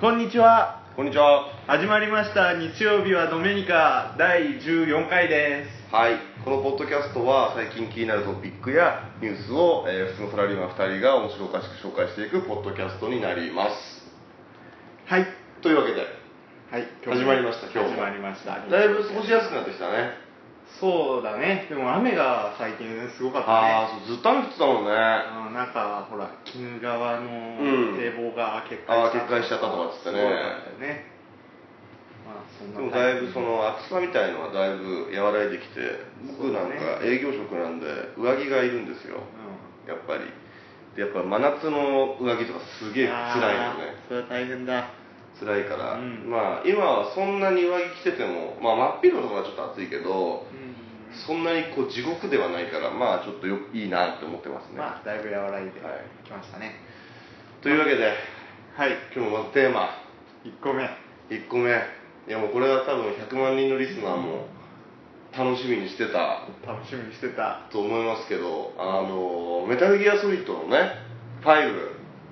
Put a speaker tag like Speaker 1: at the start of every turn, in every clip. Speaker 1: こんにちは
Speaker 2: こんにちは。
Speaker 1: 始まりました日曜日はドメニカ第14回です
Speaker 2: はい。このポッドキャストは最近気になるトピックやニュースを、えー普通のサラリーマン2人が面白おかしく紹介していくポッドキャストになります。
Speaker 1: はい
Speaker 2: というわけで、
Speaker 1: はい
Speaker 2: 始まりました今日も
Speaker 1: 始まりました
Speaker 2: だいぶ過ごしやすくなってきたね。
Speaker 1: そうだねでも雨が最近すごかったね
Speaker 2: ああ、そうずっと雨降ってたもんね。
Speaker 1: あの
Speaker 2: あ
Speaker 1: なんかほら鬼怒川の
Speaker 2: うん
Speaker 1: 堤防が決壊しちゃっ
Speaker 2: あー、
Speaker 1: た
Speaker 2: 決壊しちゃったとかっつってね
Speaker 1: す。ごかったよねまあそんな
Speaker 2: でもだいぶその暑さみたいのはだいぶ和らいできて、僕なんか営業職なんで上着がいるんですよ。
Speaker 1: う
Speaker 2: やっぱり。で、やっぱ真夏の上着とかす
Speaker 1: ん
Speaker 2: げえ辛いよね。
Speaker 1: あーそれは大変だ
Speaker 2: 辛いから、
Speaker 1: うん
Speaker 2: まあ今はそんなに上着着てても、まあ、真っ昼のところはちょっと暑いけ
Speaker 1: う
Speaker 2: ど
Speaker 1: ん
Speaker 2: そんなにこう地獄ではないからまあちょっとよいいなって思ってますね、
Speaker 1: まあだいぶ和らいで
Speaker 2: はい
Speaker 1: きましたね
Speaker 2: というわけで
Speaker 1: はい
Speaker 2: 今日のまずテーマ
Speaker 1: 1個目
Speaker 2: 1個目いやもうこれは多分100万人のリスナーも楽しみにしてた
Speaker 1: 楽しみにしてた
Speaker 2: と思いますけどあのメタルギアソリッドのね5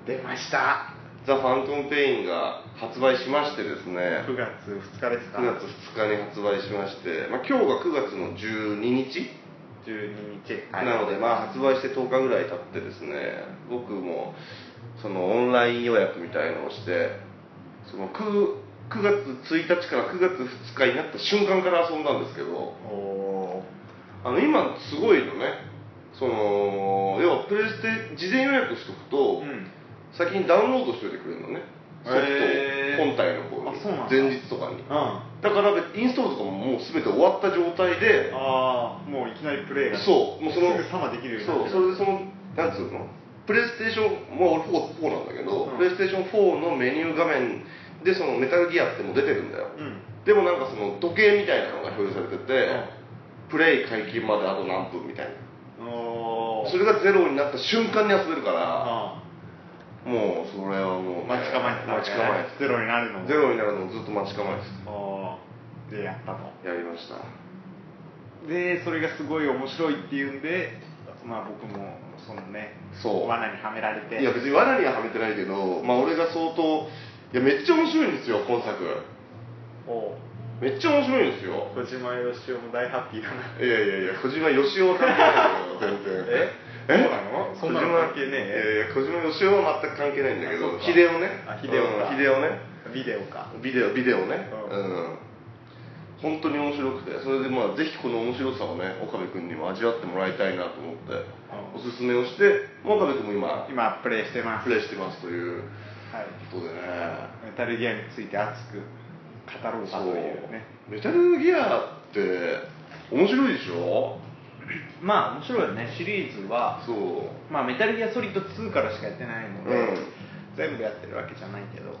Speaker 1: 出ました
Speaker 2: ザ・ファントム・ペインが発売しましてですね
Speaker 1: 9月2日ですか
Speaker 2: 9月2日に発売しまして、まあ、今日が9月の12日
Speaker 1: 12日はい
Speaker 2: なので、まあ、発売して10日ぐらい経ってですね僕もそのオンライン予約みたいのをしてその 9, 9月1日から9月2日になった瞬間から遊んだんですけど
Speaker 1: おー
Speaker 2: あの今すごいのねその要はプレステ事前予約しとくと、
Speaker 1: うん
Speaker 2: 先にダウンロードしておいてくれるのねソフトを
Speaker 1: へー
Speaker 2: 本体の方
Speaker 1: あそうなんだ
Speaker 2: に前日とか
Speaker 1: う
Speaker 2: に
Speaker 1: んあ
Speaker 2: だからインストールとかももう全て終わった状態で
Speaker 1: あもういきなりプレイが
Speaker 2: そうもうその
Speaker 1: すぐさまできるようになって
Speaker 2: そ
Speaker 1: る
Speaker 2: うそれでそのなんつうのプレイステーションまあ俺 4, 4なんだけど、
Speaker 1: うん
Speaker 2: プレイステーション4のメニュー画面でそのメタルギアってもう出てるんだよ、
Speaker 1: うん
Speaker 2: でもなんかその時計みたいなのが表示されてて、
Speaker 1: うん
Speaker 2: プレイ解禁まであと何分みたい
Speaker 1: お
Speaker 2: な
Speaker 1: ー
Speaker 2: それがゼロになった瞬間に遊べるから
Speaker 1: あ
Speaker 2: もうそれはもう
Speaker 1: あ待
Speaker 2: ね、
Speaker 1: ち構えてたわ
Speaker 2: 待
Speaker 1: け
Speaker 2: ち
Speaker 1: ね
Speaker 2: 構えて
Speaker 1: ゼロになるの
Speaker 2: たゼロになるのをずっと待ち構えて
Speaker 1: おーでやったと
Speaker 2: たやりました
Speaker 1: でそれがすごい面白いっていうんでまあ僕もそのね
Speaker 2: そう
Speaker 1: 罠にはめられて
Speaker 2: いや別に罠にははめてないけど、まあ、俺が相当いやめっちゃ面白いんですよ今作
Speaker 1: おう
Speaker 2: めっちゃ面白いんですよ
Speaker 1: 小島よしおも大ハッピーだない
Speaker 2: やいやいや、小島よしおは関係ないんだけど、全然。
Speaker 1: えそうなのそんなの関係ね
Speaker 2: い
Speaker 1: え
Speaker 2: やいや、小島よしおは全く関係ないんだ
Speaker 1: あ
Speaker 2: け
Speaker 1: そ
Speaker 2: ど
Speaker 1: っ、か
Speaker 2: ヒデオね。
Speaker 1: あヒデオか
Speaker 2: うんヒデオね。
Speaker 1: ビデオか
Speaker 2: ビデオ、ビデオね。
Speaker 1: う
Speaker 2: うんん。本当に面白くて、それでまあ、ぜひこの面白さをね、岡部君にも味わってもらいたいなと思って、おすすめをして、もう岡部君も今、
Speaker 1: 今プレイしてます
Speaker 2: プレイしてますという
Speaker 1: はい、
Speaker 2: ことでね。
Speaker 1: メタルギアについて熱く語ろうかというね
Speaker 2: そうメタルギアって、面白いでしょ
Speaker 1: まあ面白いよねシリーズは、
Speaker 2: そう。
Speaker 1: まあ、メタルギアソリッド2からしかやってないので、
Speaker 2: うん
Speaker 1: 全部やってるわけじゃないけど、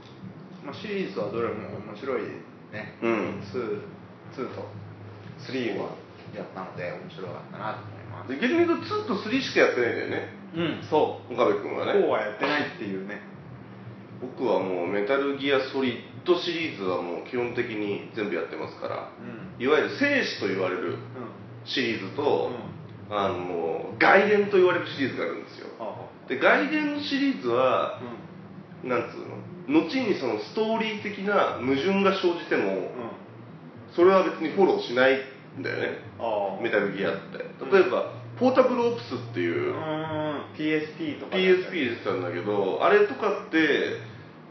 Speaker 1: まあ、シリーズはどれも面白いね、
Speaker 2: うん
Speaker 1: 2, 2と
Speaker 2: 3は
Speaker 1: やったので面白かったなと思います
Speaker 2: で逆に言うと2と3しかやってないんだよね
Speaker 1: うんそ
Speaker 2: 岡部君
Speaker 1: う
Speaker 2: は
Speaker 1: 4
Speaker 2: ね
Speaker 1: はやってないっていうね
Speaker 2: 僕はもうメタルギアソリッドシリーズはもう基本的に全部やってますから
Speaker 1: うん
Speaker 2: いわゆる生死と言われ
Speaker 1: う
Speaker 2: る
Speaker 1: ん
Speaker 2: シリーズと、あのもう外伝と言われるシリーズがあるんですよ
Speaker 1: あ
Speaker 2: で外伝のシリーズ
Speaker 1: あ
Speaker 2: は
Speaker 1: うん
Speaker 2: なんつうの後にそのストーリー的な矛盾が生じても
Speaker 1: うん
Speaker 2: それは別にフォローしないんだよね
Speaker 1: ああ
Speaker 2: メタルギアって例えば、ポータブルオプスってい
Speaker 1: う、
Speaker 2: う
Speaker 1: ん PSP とか
Speaker 2: PSP でしたんだけどあれとかって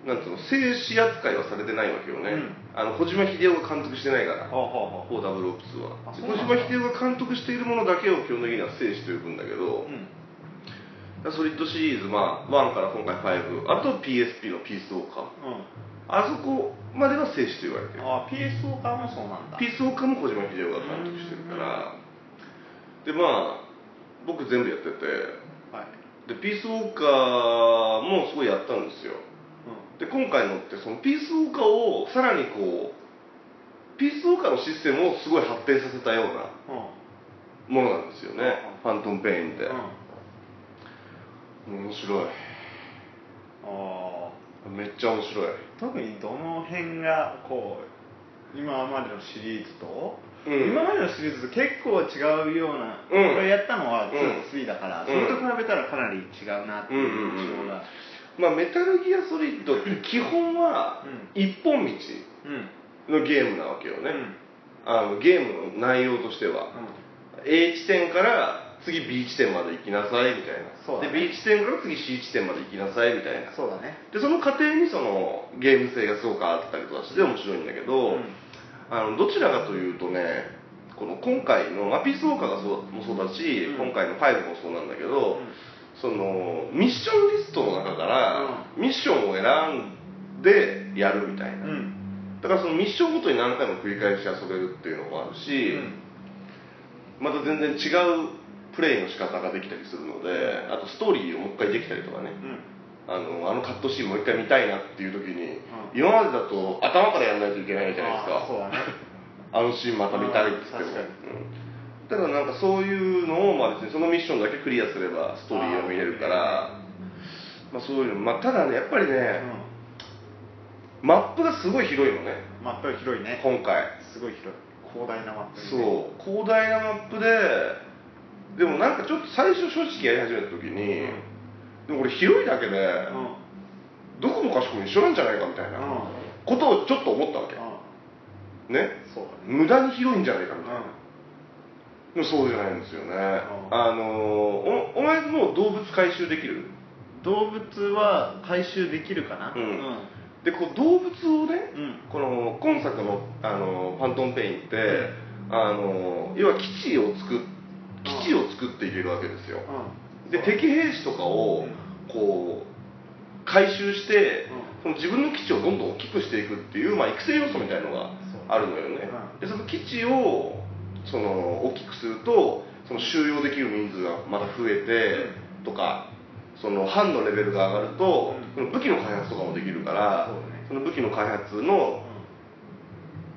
Speaker 2: なんつうの静止扱いはされてないわけよね、
Speaker 1: うん
Speaker 2: あの小島秀夫が監督してないか
Speaker 1: あ
Speaker 2: ら
Speaker 1: ほうほう
Speaker 2: 4ダブルオプスは
Speaker 1: あ
Speaker 2: 小
Speaker 1: そうなんだ
Speaker 2: 島秀夫が監督しているものだけを基本的には静止と呼ぶんだけど
Speaker 1: う、ん
Speaker 2: ソリッドシリーズ、まあ、1から今回5あと PSP のピースウォーカ
Speaker 1: う
Speaker 2: ー
Speaker 1: ん
Speaker 2: あそこまでは静止と言われてる
Speaker 1: あ PSO 化もそうなんだ
Speaker 2: ピースウォーカーも小島秀夫が監督してるからでまあ僕全部やってて
Speaker 1: はい、
Speaker 2: でピースウォーカーもすごいやったんです
Speaker 1: う
Speaker 2: よで今回のってそのピースウォーカーをさらにこうピースウォーカーのシステムをすごい発展させたようなん
Speaker 1: うん
Speaker 2: ものなんですよね、ファントムペインって、
Speaker 1: うん、
Speaker 2: 面白い
Speaker 1: あ
Speaker 2: めっちゃ面白い
Speaker 1: ー特にどの辺がこう今までのシリーズと、
Speaker 2: うん
Speaker 1: 今までのシリーズと結構違うような、
Speaker 2: うん
Speaker 1: これやったのは
Speaker 2: うん
Speaker 1: 2と3だから、
Speaker 2: うん
Speaker 1: それと比べたらかなり違うなっていう印象が、
Speaker 2: まあ、メタルギアソリッドって基本は一本道
Speaker 1: うん
Speaker 2: のゲームなわけよね、
Speaker 1: うん
Speaker 2: あのゲームの内容としては、A 地点から次 B 地点まで行きなさいみたいな
Speaker 1: そうだね
Speaker 2: で B 地点から次 C 地点まで行きなさいみたいな
Speaker 1: そうだね
Speaker 2: でその過程にそのゲーム性がすごくあったりとかして面白いんだけ
Speaker 1: う
Speaker 2: ど、
Speaker 1: ん
Speaker 2: あのどちらかというとねこの今回のまあ「ピースウォーカーがそう」もそうだし、
Speaker 1: うん
Speaker 2: 今回の「ファイブもそうなんだけ
Speaker 1: う
Speaker 2: ど、
Speaker 1: ん
Speaker 2: そのミッションリストの中からミッションを選んでやるみたいな、
Speaker 1: うん
Speaker 2: だからそのミッションごとに何回も繰り返し遊べるっていうのもあるし、また全然違うプレイの仕方ができたりするのであとストーリーをもう一回できたりとか
Speaker 1: う
Speaker 2: ね
Speaker 1: ん
Speaker 2: あのあのカットシーンもう一回見たいなっていう時に、
Speaker 1: う
Speaker 2: 今までだと頭からやらないといけないじゃないです
Speaker 1: あー
Speaker 2: か
Speaker 1: そうだね
Speaker 2: あのシーンまた見たいっつっても、
Speaker 1: うん確かに
Speaker 2: うん、だからなんかそういうのを、まあ、別にそのミッションだけクリアすればストーリーを見れるからまあ、そういうの、まあ、ただねやっぱり
Speaker 1: う
Speaker 2: ね、マップがすごい広いのね
Speaker 1: んマップが広いね
Speaker 2: 今回、
Speaker 1: すごい広い広大なマップう
Speaker 2: そう広大なマップででもなんかちょっと最初正直やり始めた時に、でもこれ広いだけで、
Speaker 1: うんうん
Speaker 2: どこもかしこも一緒なんじゃないかみたいなことをちょっと思ったわけ、ね
Speaker 1: そうだね
Speaker 2: 無駄に広いんじゃないか
Speaker 1: う
Speaker 2: み
Speaker 1: ん
Speaker 2: たいな、でもそうじゃないんですよ
Speaker 1: ん
Speaker 2: ね、あのーおお前もう動物回収できる
Speaker 1: 動物は回収できるかな
Speaker 2: うんでこう動物をね
Speaker 1: うんうん
Speaker 2: この今作の、あのーファントムペインって、あのー要は基地を作っ基地を作っていけるわけですよ、で敵兵士とか
Speaker 1: う
Speaker 2: を
Speaker 1: ん
Speaker 2: こう回収して、
Speaker 1: うん
Speaker 2: その自分の基地をどんどん大きくしていくっていう、まあ、育成要素みたいのがあるのよね、
Speaker 1: うん
Speaker 2: でその基地をその大きくするとその収容できる人数がまた増えてとかその班のレベルが上がると、その武器の開発とかもできるから
Speaker 1: そうだね
Speaker 2: その武器の開発の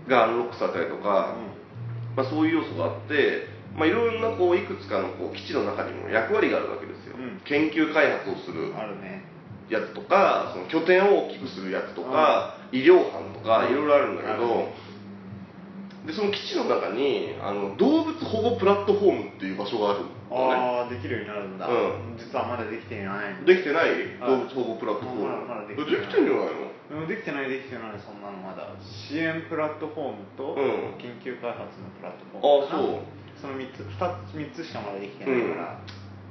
Speaker 1: う
Speaker 2: がアンロックされたりとか、
Speaker 1: ん
Speaker 2: まあ、そういう要素があって、まあ、いろんなこういくつかのこう基地の中にも役割があるわけですよ、
Speaker 1: うん
Speaker 2: 研究開発をする
Speaker 1: うんあるね
Speaker 2: やつとかその拠点を大きくするやつとか、医療班とか
Speaker 1: うん
Speaker 2: いろいろあるんだけ
Speaker 1: ある
Speaker 2: ど、でその基地の中にあの動物保護プラットフォームっていう場所があるの
Speaker 1: ああ
Speaker 2: ね
Speaker 1: できるようになるんだ
Speaker 2: うん
Speaker 1: 実はまだできてない
Speaker 2: できてない動物保護プラットフォー
Speaker 1: あまだまだ
Speaker 2: ム
Speaker 1: で
Speaker 2: で
Speaker 1: き
Speaker 2: き
Speaker 1: てない
Speaker 2: てんじゃない
Speaker 1: う
Speaker 2: の
Speaker 1: んできてないできてないそんなのまだ支援プラットフォームと
Speaker 2: うん
Speaker 1: 研究開発のプラットフォームかな
Speaker 2: あ
Speaker 1: そ
Speaker 2: そう
Speaker 1: の3つ2つ三つしかまだできてないから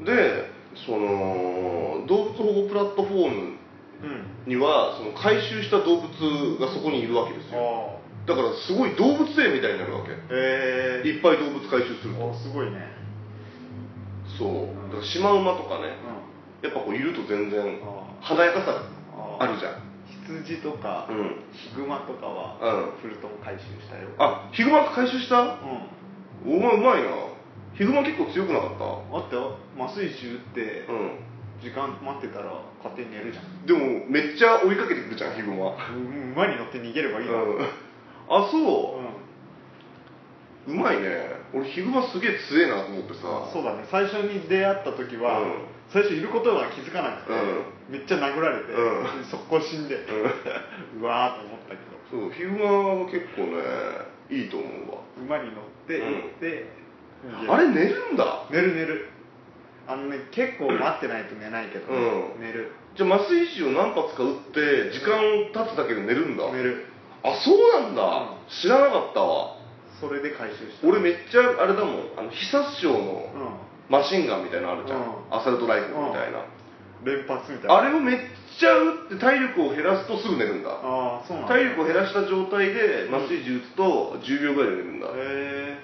Speaker 2: でその動物保護プラットフォーム
Speaker 1: うん、
Speaker 2: にはその回収した動物がそこにいるわけです
Speaker 1: あ
Speaker 2: よ
Speaker 1: あ
Speaker 2: だからすごい動物園みたいになるわけ
Speaker 1: え
Speaker 2: いっぱい動物回収する
Speaker 1: お
Speaker 2: と
Speaker 1: すごいね
Speaker 2: そうだからシマウマとかね
Speaker 1: う
Speaker 2: やっぱこういると全然
Speaker 1: んあ
Speaker 2: 華やかさ
Speaker 1: あ
Speaker 2: あるじゃん
Speaker 1: 羊とか、
Speaker 2: うん
Speaker 1: ヒグマとか
Speaker 2: う
Speaker 1: は
Speaker 2: ん
Speaker 1: フルトン回収したよ
Speaker 2: あヒグマ回収した
Speaker 1: うん
Speaker 2: お前うまいなヒグマ結構強くなかった
Speaker 1: あって麻酔銃って
Speaker 2: うん
Speaker 1: 時間待ってたら勝手に寝るじゃん
Speaker 2: でもめっちゃ追いかけてくるじゃんヒグマ
Speaker 1: うん馬に乗って逃げれば
Speaker 2: う
Speaker 1: いい
Speaker 2: ん
Speaker 1: の
Speaker 2: あそうううまいね俺ヒグマすげえ強えなと思って
Speaker 1: ん
Speaker 2: さ
Speaker 1: そうだね最初に出会った時は、
Speaker 2: うん
Speaker 1: 最初いることは気づかなくて、
Speaker 2: う
Speaker 1: めっちゃ殴られて、
Speaker 2: う
Speaker 1: 速攻死んで、 うわーと思ったけど
Speaker 2: そうヒグマは結構ねいいと思うわ
Speaker 1: 馬に乗って
Speaker 2: うん
Speaker 1: 行って、逃げる
Speaker 2: あれ寝るんだ
Speaker 1: 寝る寝るあのね結構待ってないと寝ないけど、
Speaker 2: うん
Speaker 1: 寝る
Speaker 2: じゃあ麻酔銃を何発か打って時間経つだけで寝るんだ
Speaker 1: 寝る
Speaker 2: あそうなんだ、
Speaker 1: うん
Speaker 2: 知らなかったわ
Speaker 1: それで回収した
Speaker 2: 俺めっちゃあれだもんあの被殺傷の
Speaker 1: う
Speaker 2: マシンガンみたいなのあるじゃん、
Speaker 1: うん
Speaker 2: アサルトライフルみたいな、
Speaker 1: ん連発みたいな
Speaker 2: あれをめっちゃ打って体力を減らすとすぐ寝るんだ
Speaker 1: ああそうなんだ
Speaker 2: 体力を減らした状態で麻酔銃打つと10秒ぐらいで寝るんだ、
Speaker 1: へえ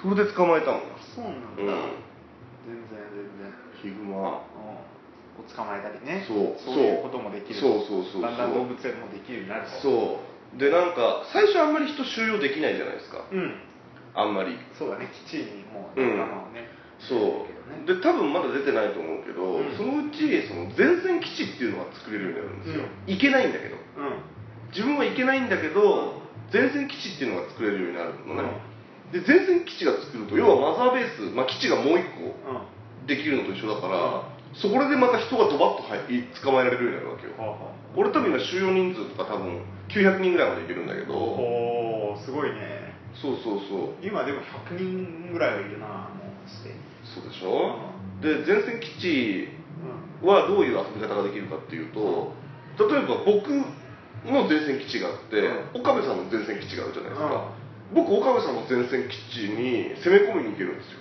Speaker 2: それで捕まえたもん
Speaker 1: そうなんだ、
Speaker 2: うん
Speaker 1: 全然全然
Speaker 2: ヒグ
Speaker 1: うん
Speaker 2: マ
Speaker 1: を捕まえたりね
Speaker 2: そう
Speaker 1: いうこともできる
Speaker 2: そうそうそうそう
Speaker 1: だんだん動物園もできるようになると
Speaker 2: そうでなんか最初あんまり人収容できないじゃないですか
Speaker 1: うん
Speaker 2: あんまり
Speaker 1: そうだね基地にもう
Speaker 2: うん
Speaker 1: 仲間をね、
Speaker 2: そうで多分まだ出てないと思うけど、
Speaker 1: うん
Speaker 2: そのうちその前線基地っていうのが作れるようになるんですよ、
Speaker 1: う
Speaker 2: 行けないんだけど
Speaker 1: うん
Speaker 2: 自分は行けないんだけど前線基地っていうのが作れるようになるのね、で前線基地が作ると要はマザーベース、まあ、基地がもう一個
Speaker 1: うんは
Speaker 2: できるのと一緒だから、そこでまた人がドバッと入捕まえられるようになるわけよ
Speaker 1: あはあ
Speaker 2: 俺多分今収容人数とか多分900人ぐらいまでいけるんだけど
Speaker 1: おおすごいね
Speaker 2: そうそうそう
Speaker 1: 今でも100人ぐらいはいるなもうすでに
Speaker 2: そうでしょ、で前線基地
Speaker 1: うん
Speaker 2: はどういう遊び方ができるかっていうと例えば僕の前線基地があって、岡部さんの前線基地があるじゃないですか、僕岡部さんの前線基地に攻め込みに行けるんですよ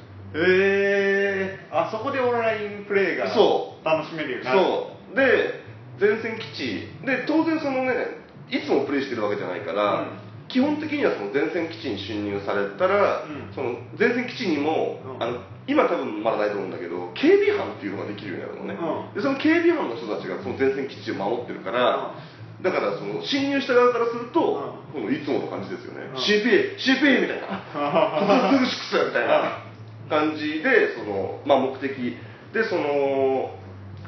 Speaker 1: えー、あそこでオンラインプレイが
Speaker 2: そ
Speaker 1: 楽しめるようになる
Speaker 2: そうで前線基地で当然そのねいつもプレイしてるわけじゃないから、
Speaker 1: うん
Speaker 2: 基本的にはその前線基地に侵入されたら、
Speaker 1: うん
Speaker 2: その前線基地にも、
Speaker 1: うん
Speaker 2: あの今多分まだないと思うんだけど警備班っていうのができるようになるの
Speaker 1: うん
Speaker 2: ね、でその警備班の人たちがその前線基地を守ってるから、 だからその侵入した側からすると、このいつもの感じですよね、
Speaker 1: うん
Speaker 2: CPA、CPA みたいな 苦しくさみたいな感じでその、まあ、目的でその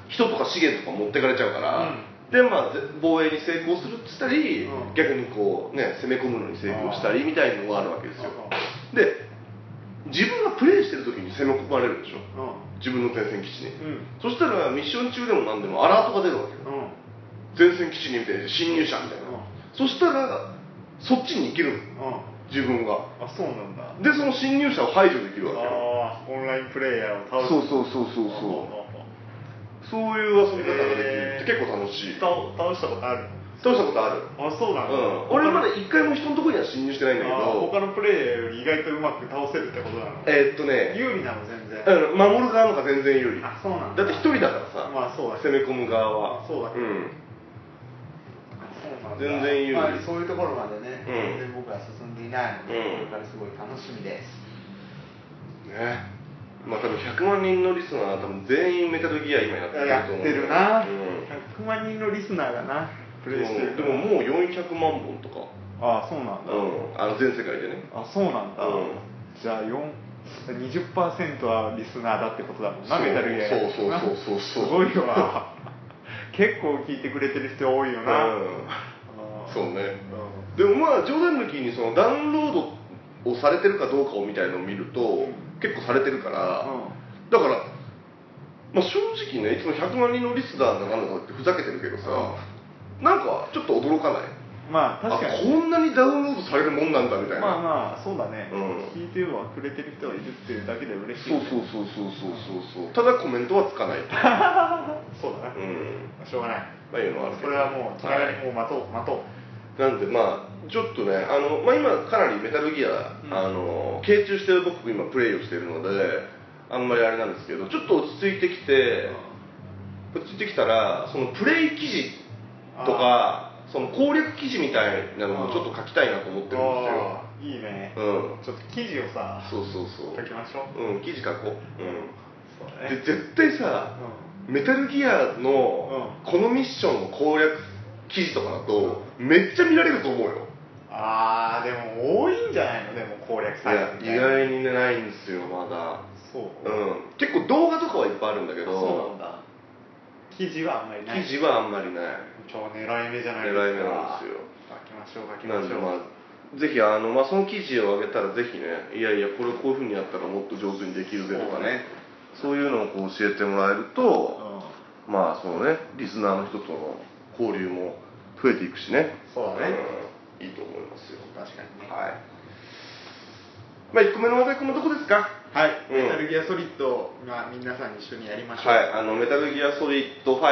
Speaker 2: 人とか資源とか持ってかれちゃうから、でまあ、ぜ防衛に成功するっつったり、
Speaker 1: うん
Speaker 2: 逆にこう、ね、攻め込むのに成功したりみたいのがあるわけですよで自分がプレイしてる時に攻め込まれるでしょ自分の前線基地に
Speaker 1: うん
Speaker 2: そしたらミッション中でも何でもアラートが出るわけよ
Speaker 1: うん
Speaker 2: 前線基地にみたいな侵入者みたいな、そしたらそっちに行ける
Speaker 1: うん
Speaker 2: の自分が
Speaker 1: あそうなんだ
Speaker 2: でその侵入者を排除できるわけよ
Speaker 1: ああオンラインプレイヤーを倒す
Speaker 2: そうそうそうそうそうそういう遊び方が
Speaker 1: へ
Speaker 2: できるって
Speaker 1: ー
Speaker 2: 結構楽しい倒
Speaker 1: 倒倒したことある
Speaker 2: したことある
Speaker 1: あそうなんだ、
Speaker 2: うん俺まだ一回も人のところには侵入してないんだけ
Speaker 1: あー他
Speaker 2: ど
Speaker 1: のプレイヤーより意外とうまく倒せるってことなの
Speaker 2: えーっとね
Speaker 1: 有利なの全然
Speaker 2: うん守る側の方が全然有利だ
Speaker 1: あそうなんだ
Speaker 2: って一人だからさ
Speaker 1: まあそうだ
Speaker 2: 攻め込む側は
Speaker 1: あそうだ
Speaker 2: う
Speaker 1: けど
Speaker 2: ん
Speaker 3: そうなんだ
Speaker 2: 全然有利
Speaker 3: まあそういうところまでね、
Speaker 2: うん
Speaker 3: 全然僕は進んでいないので、
Speaker 2: うん
Speaker 3: これからすごい楽しみです。
Speaker 2: ねまあ多分100万人のリスナーは多分全員メタルギア今やってる
Speaker 1: やっ
Speaker 2: と思う
Speaker 1: てるな、
Speaker 2: うん
Speaker 1: 100万人のリスナーがなプレイしてる
Speaker 2: でももう400万本とか
Speaker 1: ああそうなんだ、
Speaker 2: うんあの全世界でね
Speaker 1: あそうなんだ、
Speaker 2: うん
Speaker 1: じゃあ4 20%はリスナーだってことだもんな
Speaker 2: そう
Speaker 1: メタルゲーム
Speaker 2: そうそうそうそうそう
Speaker 1: すごいわ結構聞いてくれてる人多いよな、
Speaker 2: うん
Speaker 1: あー
Speaker 2: そう
Speaker 1: う
Speaker 2: ね
Speaker 1: ん
Speaker 2: でもまあ冗談抜きにそのダウンロードをされてるかどうかをみたいのを見ると、結構されてるから、だから、まあ、正直ねいつも100万人のリスナーだなんだってふざけてるけどさ、なんかちょっと驚かない
Speaker 1: まあ確か
Speaker 2: あ
Speaker 1: に
Speaker 2: こんなにダウンロードされるもんなんだみたいな、
Speaker 1: まあまあそうだね、
Speaker 2: うん
Speaker 1: 聞いてはくれてる人がいるっていうだけで嬉しい
Speaker 2: そう
Speaker 1: よ
Speaker 2: そ
Speaker 1: ね、
Speaker 2: うそうそうそうそうそうただコメントはつかない
Speaker 1: そうだな、
Speaker 2: うん
Speaker 1: しょうがない
Speaker 2: まあいうのはあるけ
Speaker 1: こ
Speaker 2: ど
Speaker 1: れはもう気
Speaker 2: は
Speaker 1: 軽にも
Speaker 2: い
Speaker 1: う待とう、待とう
Speaker 2: なんでまあちょっとねあの、まあ、今かなりメタルギア、
Speaker 1: うん
Speaker 2: あの傾注してる僕今プレイをしているのであんまりあれなんですけどちょっと落ち着いてきて、落ち着いてきたらそのプレイ記事とかその攻略記事みたいなのもちょっと書きたいなと思ってるんですよ
Speaker 1: あーいいね、
Speaker 2: うん
Speaker 1: ちょっと記事をさ
Speaker 2: そうそうそう
Speaker 1: 書きましょう
Speaker 2: うん記事書こう、
Speaker 1: そう
Speaker 2: うん、
Speaker 1: だ
Speaker 2: で
Speaker 1: ね
Speaker 2: 絶対さ、メタルギアの
Speaker 1: うん
Speaker 2: このミッションの攻略記事とかだとめっちゃ見られると思うよ、
Speaker 1: ああでも多いんじゃないのでも攻略
Speaker 2: い
Speaker 1: サイ
Speaker 2: や
Speaker 1: トみた
Speaker 2: 意
Speaker 1: いな
Speaker 2: 外にねないんですよまだ
Speaker 1: そう、
Speaker 2: うん結構動画とかはいっぱいあるんだけ
Speaker 1: そうなん
Speaker 2: ど
Speaker 1: だ記事はあんまりない
Speaker 2: 記事はあんまりない
Speaker 1: 超狙い目じゃないですか
Speaker 2: 狙い目なんですよ
Speaker 1: 書きましょう書きま
Speaker 2: なん
Speaker 1: し
Speaker 2: で
Speaker 1: ょう
Speaker 2: まあぜひあの、まあ、その記事を上げたらぜひねいやいやこれこういうふうにやったらもっと上手にできるぜとかねそういうのをこう教えてもらえると、
Speaker 1: うん
Speaker 2: まあそのねリスナーの人との交流も増えていくしね
Speaker 1: そうだね、
Speaker 2: うんいいと思いますよ
Speaker 1: 確かにね
Speaker 2: はいまあ1個目の話題こんなとこですか
Speaker 1: はい、
Speaker 2: うん
Speaker 1: メタルギアソリッドを、まあ、皆さんに一緒にやりましょう
Speaker 2: はい、あのメタルギアソリッド5、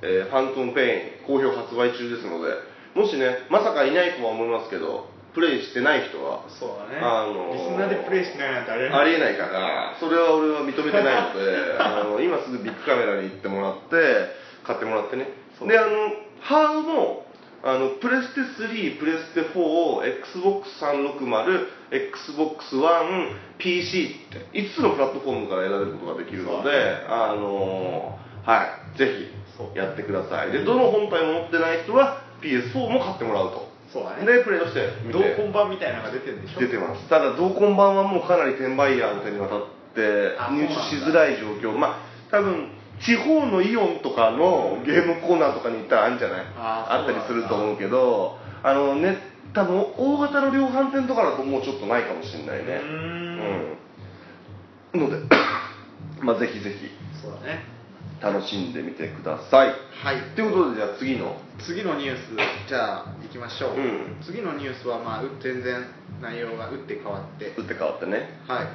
Speaker 2: えーファントムペイン、好評発売中ですので、もしね、まさかいないとは思いますけど、プレイしてない人は、
Speaker 1: そうだね、
Speaker 2: あのー
Speaker 1: リスナーでプレイしないなんてあれ
Speaker 2: ありえないから、それは俺は認めてないので、 あの今すぐビッグカメラに行ってもらって、買ってもらってね、で、あの、ハードも、あのプレステ3、プレステ4、XBOX360、XBOX1、PC って5つのプラットフォームから選べることができるので、あのはい、ぜ
Speaker 1: そう
Speaker 2: ひやってください。で、どの本体も持ってない人は PS4 も買ってもらうと。
Speaker 1: そうだね
Speaker 2: で、プレイをしてみて。
Speaker 1: 同梱版みたいなのが出てるんでしょ
Speaker 2: 出てますただ同梱版はもうかなり転売ヤーの手に渡って
Speaker 1: あ
Speaker 2: 入手しづらい状況まあ多分地方のイオンとかのゲームコーナーとかに行ったらあるんじゃない
Speaker 1: あ
Speaker 2: あったりすると
Speaker 1: そう
Speaker 2: 思うけどあのね多分大型の量販店とかだともうちょっとないかもしれないうね
Speaker 1: ーん
Speaker 2: うんので まあぜひぜひ
Speaker 1: そうだね
Speaker 2: 楽しんでみてください
Speaker 1: はい
Speaker 2: ということでじゃあ次の
Speaker 1: 次のニュースじゃあ行きましょう、
Speaker 2: うん
Speaker 1: 次のニュースはまあう全然内容が打って変わって
Speaker 2: 打って変わってね
Speaker 1: はい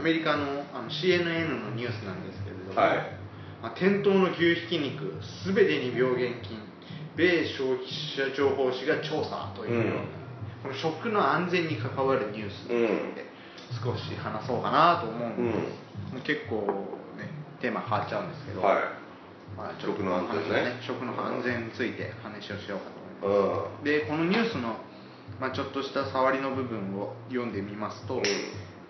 Speaker 1: アメリカのあの CNN のニュースなんですけれども、
Speaker 2: はい
Speaker 1: まあ、店頭の牛ひき肉すべてに病原菌米消費者情報誌が調査というような、
Speaker 2: うん
Speaker 1: この食の安全に関わるニュースについて少し話そうかなと思うんで、結構ねテーマ変わっちゃうんですけど、
Speaker 2: はい
Speaker 1: まあ、ちょっと
Speaker 2: 食の安全ね
Speaker 1: 食の安全について話をしようかと思います
Speaker 2: うんは
Speaker 1: でこのニュースの、まあ、ちょっとした触りの部分を読んでみますと、
Speaker 2: うん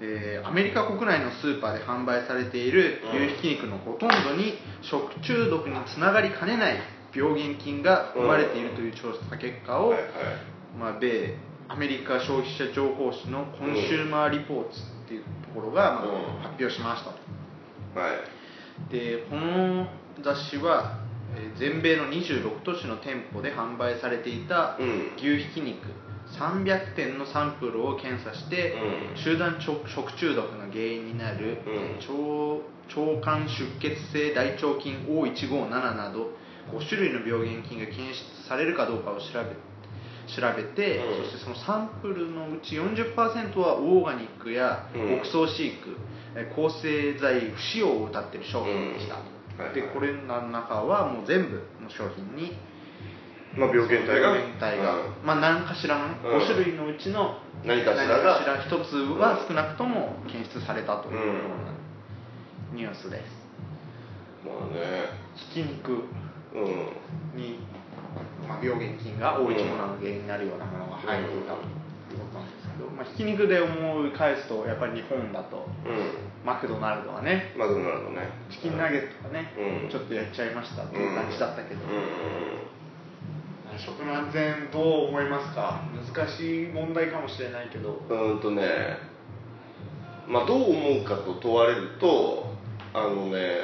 Speaker 1: えーアメリカ国内のスーパーで販売されている牛ひき肉のほとんどに食中毒につながりかねない病原菌が生まれているという調査結果を、
Speaker 2: いはい
Speaker 1: まあ、米アメリカ消費者情報誌のコンシューマーリポーツっていうところが、まあ
Speaker 2: うん
Speaker 1: 発表しましたと。
Speaker 2: はい
Speaker 1: でこの雑誌はえー全米の26都市の店舗で販売されていた
Speaker 2: うん
Speaker 1: 牛ひき肉300点のサンプルを検査して、
Speaker 2: うん
Speaker 1: 集団食食中毒の原因になる、腸腸管出血性大腸菌 O157 など5種類の病原菌が検出されるかどうかを調べ調べて、
Speaker 2: うん
Speaker 1: そしてそのサンプルのうち40%はオーガニックや
Speaker 2: うん
Speaker 1: 牧草そう飼育えー抗生剤不使用を謳っている商品でした、
Speaker 2: うんはいはい
Speaker 1: でこれの中はもう全部の商品に
Speaker 2: まあ病原体が
Speaker 1: 病原体が、
Speaker 2: うん
Speaker 1: まあ何かしらの、ね
Speaker 2: うん
Speaker 1: 5種類のうちの
Speaker 2: 何かしら
Speaker 1: 何
Speaker 2: が
Speaker 1: かしら1つは少なくとも検出されたというようなニュースです
Speaker 2: まあね
Speaker 1: ひき肉
Speaker 2: うん
Speaker 1: に、まあ、病原菌が多いものの原因になるようなものが入っていたということなんですけど、まあ、ひき肉で思い返すとやっぱり日本だと
Speaker 2: う
Speaker 1: マクドナルドはね
Speaker 2: んマクドナルドね
Speaker 1: チキンナゲットがね、
Speaker 2: うん
Speaker 1: ちょっとやっちゃいましたっていう感じだったけど、
Speaker 2: うん
Speaker 1: 食の安全どう思いますか難しい問題かもしれないけど
Speaker 2: うんうんうんとねまあどう思うかと問われるとあのね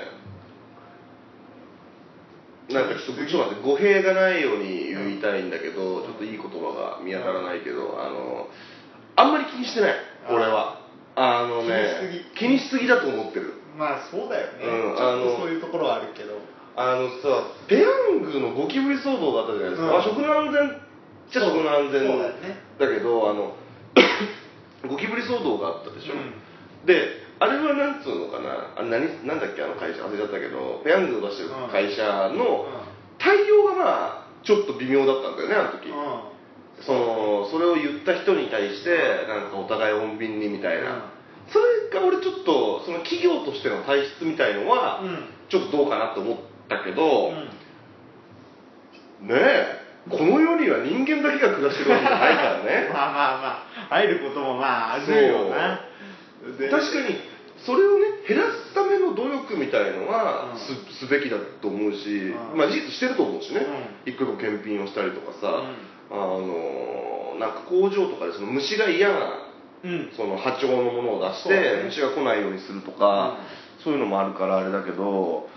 Speaker 2: なんかちょっとちょっと待って語弊がないように言いたいんだけどちょっといい言葉が見当たらないけどあのあんまり気にしてない
Speaker 1: あー
Speaker 2: 俺はあのね気にしすぎだと思ってる
Speaker 1: まあそうだよね、
Speaker 2: うん
Speaker 1: ちょっ
Speaker 2: あの
Speaker 1: とそういうところはあるけど
Speaker 2: あのさペヤングのゴキブリ騒動があったじゃないです
Speaker 1: う
Speaker 2: か、
Speaker 1: ん
Speaker 2: まあ食の安全っちゃ食の安全
Speaker 1: そうだよね
Speaker 2: だけどあの ゴキブリ騒動があったでしょ、
Speaker 1: う
Speaker 2: であれはなんつうのかなあれ何なんだっけあの会社忘れちゃったけどペヤングを出してる会社の対応がまあちょっと微妙だったんだよねあの時、そのそれを言った人に対してなんかお互い穏便にみたい
Speaker 1: う
Speaker 2: な、
Speaker 1: ん
Speaker 2: それが俺ちょっとその企業としての体質みたいのは、
Speaker 1: うん
Speaker 2: ちょっとどうかなと思ったけど、
Speaker 1: うん
Speaker 2: ねえこの世には人間だけが暮らしてるわけじゃないからね
Speaker 1: まあまあまあ入ることもまああるよな
Speaker 2: 確かにそれをね減らすための努力みたいのは
Speaker 1: うん
Speaker 2: す,、すべきだと思うし、
Speaker 1: うん
Speaker 2: まあ事実してると思うしね、
Speaker 1: う
Speaker 2: 一個一個検品をしたりとかさ、あのーなんか工場とかでその虫が嫌な
Speaker 1: うん
Speaker 2: その波長のものを出し
Speaker 1: そうだ
Speaker 2: て
Speaker 1: ね
Speaker 2: 虫が来ないようにするとか、そういうのもあるからあれだけど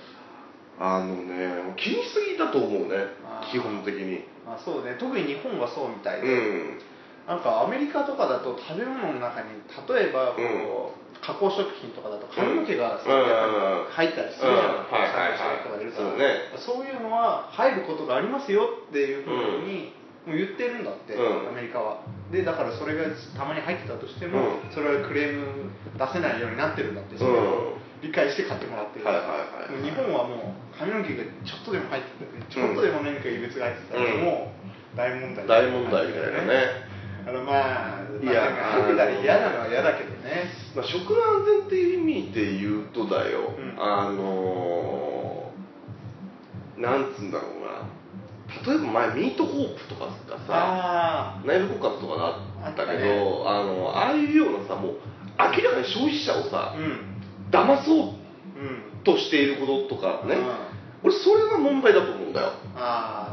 Speaker 2: あのね気にしすぎだと思うね
Speaker 1: あー
Speaker 2: 基本的に
Speaker 1: まあそうね特に日本はそうみたいで、
Speaker 2: うん
Speaker 1: なんかアメリカとかだと食べ物の中に例えばこう、加工食品とかだと髪の毛がさ、
Speaker 2: うん
Speaker 1: やっぱり入ったりするじゃん、
Speaker 2: うんはいはいはい
Speaker 1: 加工食品とか出るから
Speaker 2: そ
Speaker 1: そう
Speaker 2: うね
Speaker 1: いうのは入ることがありますよっていうふうに、もう言ってるんだって、
Speaker 2: うん
Speaker 1: アメリカはでだからそれがたまに入ってたとしても、
Speaker 2: うん
Speaker 1: それはクレーム出せないようになってるんだって、それを理解して買ってもらってる、
Speaker 2: はいはいはい
Speaker 1: もう日本はもう髪の毛がちょっとでも入っててちょっとでも何か異物が入ってたら、
Speaker 2: うん
Speaker 1: もう大問題
Speaker 2: 大問題みたいなね
Speaker 1: あのまあ、
Speaker 2: いや
Speaker 1: なんか、たり嫌なのは嫌だけどね。
Speaker 2: まあ、食の安全っていう意味で言うとだよ、
Speaker 1: うん
Speaker 2: あのーなんつうんだろうな例えば前ミートホープとかがさ
Speaker 1: あ
Speaker 2: 内部告発とかがあったけどあ
Speaker 1: あったね
Speaker 2: のああいうようなさもう明らかに消費者を
Speaker 1: あ、
Speaker 2: さ
Speaker 1: うん、
Speaker 2: 騙そう
Speaker 1: うん、
Speaker 2: としていることとかね、
Speaker 1: うん
Speaker 2: 俺それが問題だと思うんだよ、
Speaker 1: あ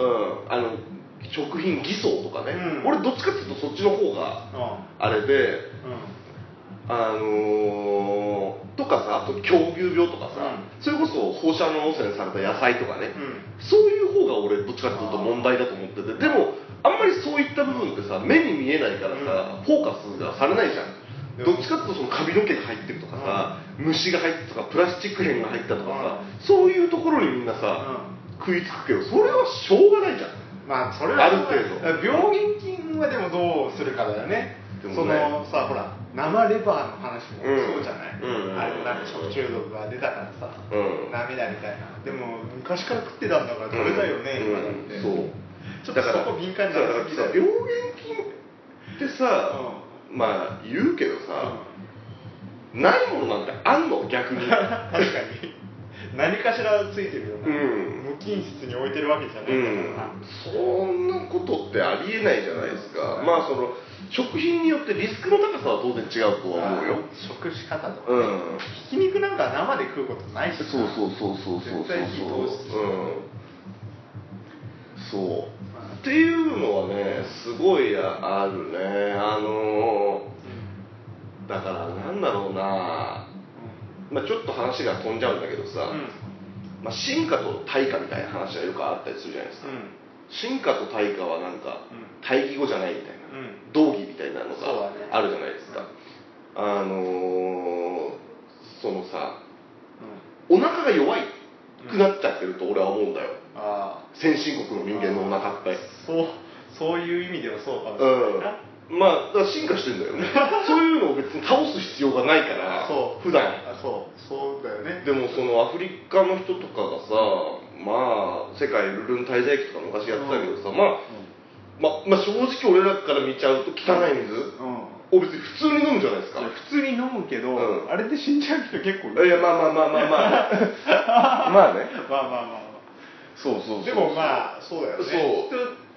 Speaker 1: あ、
Speaker 2: うん、あの食品偽装とかね、
Speaker 1: うん
Speaker 2: 俺どっちかっていうとそっちの方があれであのーとかさあと狂牛病とか
Speaker 1: う
Speaker 2: さ、
Speaker 1: ん
Speaker 2: それこそ放射能汚染された野菜とかね、
Speaker 1: う
Speaker 2: そういう方が俺どっちかっていうと問題だと思っててでもあんまりそういった部分ってさ目に見えないからさ、フォーカスがされないじゃ
Speaker 1: う
Speaker 2: ん
Speaker 1: ん
Speaker 2: どっちかっていうとその髪の毛が入ってるとかさ、虫が入ってるとかプラスチック片が入ったとかさ、そういうところにみんなさ、食いつくけどそれはしょうがないじゃん
Speaker 1: ん、まあ、それは
Speaker 2: ある程度
Speaker 1: 病原菌はでもどうするかだよね。
Speaker 2: で
Speaker 1: そ
Speaker 2: もね
Speaker 1: のさ、ほら、生レバーの話もそう
Speaker 2: うん
Speaker 1: じゃない、
Speaker 2: うん
Speaker 1: あれなんか食中毒が出たからさ、
Speaker 2: うん
Speaker 1: 涙みたいなでも昔から食ってたんだからそれだよね、今だって、
Speaker 2: うん
Speaker 1: ちょっ
Speaker 2: そう
Speaker 1: とそこ敏感になりすぎだよ
Speaker 2: そうだからさ病原菌ってさ、まあ言うけどさ、ないものなんてあんの逆 に
Speaker 1: 確かに何かしらついてるよね、
Speaker 2: うん
Speaker 1: 無菌室に置いてるわけじゃな
Speaker 2: う
Speaker 1: い
Speaker 2: ん
Speaker 1: からな、
Speaker 2: そんなことってありえないじゃないですか、まあその食品によってリスクの高さは当然違うとは思うよ
Speaker 1: 食し方とか、
Speaker 2: うん
Speaker 1: ひき肉なんか生で食うことないし
Speaker 2: そう
Speaker 1: な
Speaker 2: そうそうそうそうそう
Speaker 1: 絶対火
Speaker 2: そう、う、
Speaker 1: 通してしまうん
Speaker 2: そうっていうのはねすごいあるねあのーだからなんだろうな、まあ、ちょっと話が飛んじゃうんだけどさ、まあ、進化と対価みたいな話がよくあったりするじゃないですか、進化と対価はなんか
Speaker 4: うん
Speaker 2: 対義語じゃないみたいな、
Speaker 4: うん
Speaker 2: 道義みたいなの
Speaker 1: そうだ
Speaker 2: が
Speaker 1: ね
Speaker 2: あるじゃないですか、あのーそのさお腹が弱いくなっちゃってると俺は思うんだよ
Speaker 1: あ
Speaker 2: 先進国の人間のお腹って
Speaker 1: ーそうそういう意味ではそうかもしれないな、
Speaker 2: うんまあだから進化してんだよねそういうのを別に倒す必要がないから
Speaker 1: そう
Speaker 2: 普段
Speaker 1: あそうそうだよね
Speaker 2: でもそのアフリカの人とかがさまあ世界ルルン滞在期とか昔やってたけどさ、まあまあまあ正直俺らから見ちゃうと汚い水を別に普通に飲むじゃないですか、
Speaker 4: 普通に飲むけど、
Speaker 2: うん
Speaker 4: あれで死んじゃう人結構い
Speaker 2: い
Speaker 4: る
Speaker 2: やまあまあまあまあまあ まあね
Speaker 1: まあまあまあま
Speaker 2: そうそうそう
Speaker 1: あでもまあそうだよね
Speaker 2: そう
Speaker 1: 人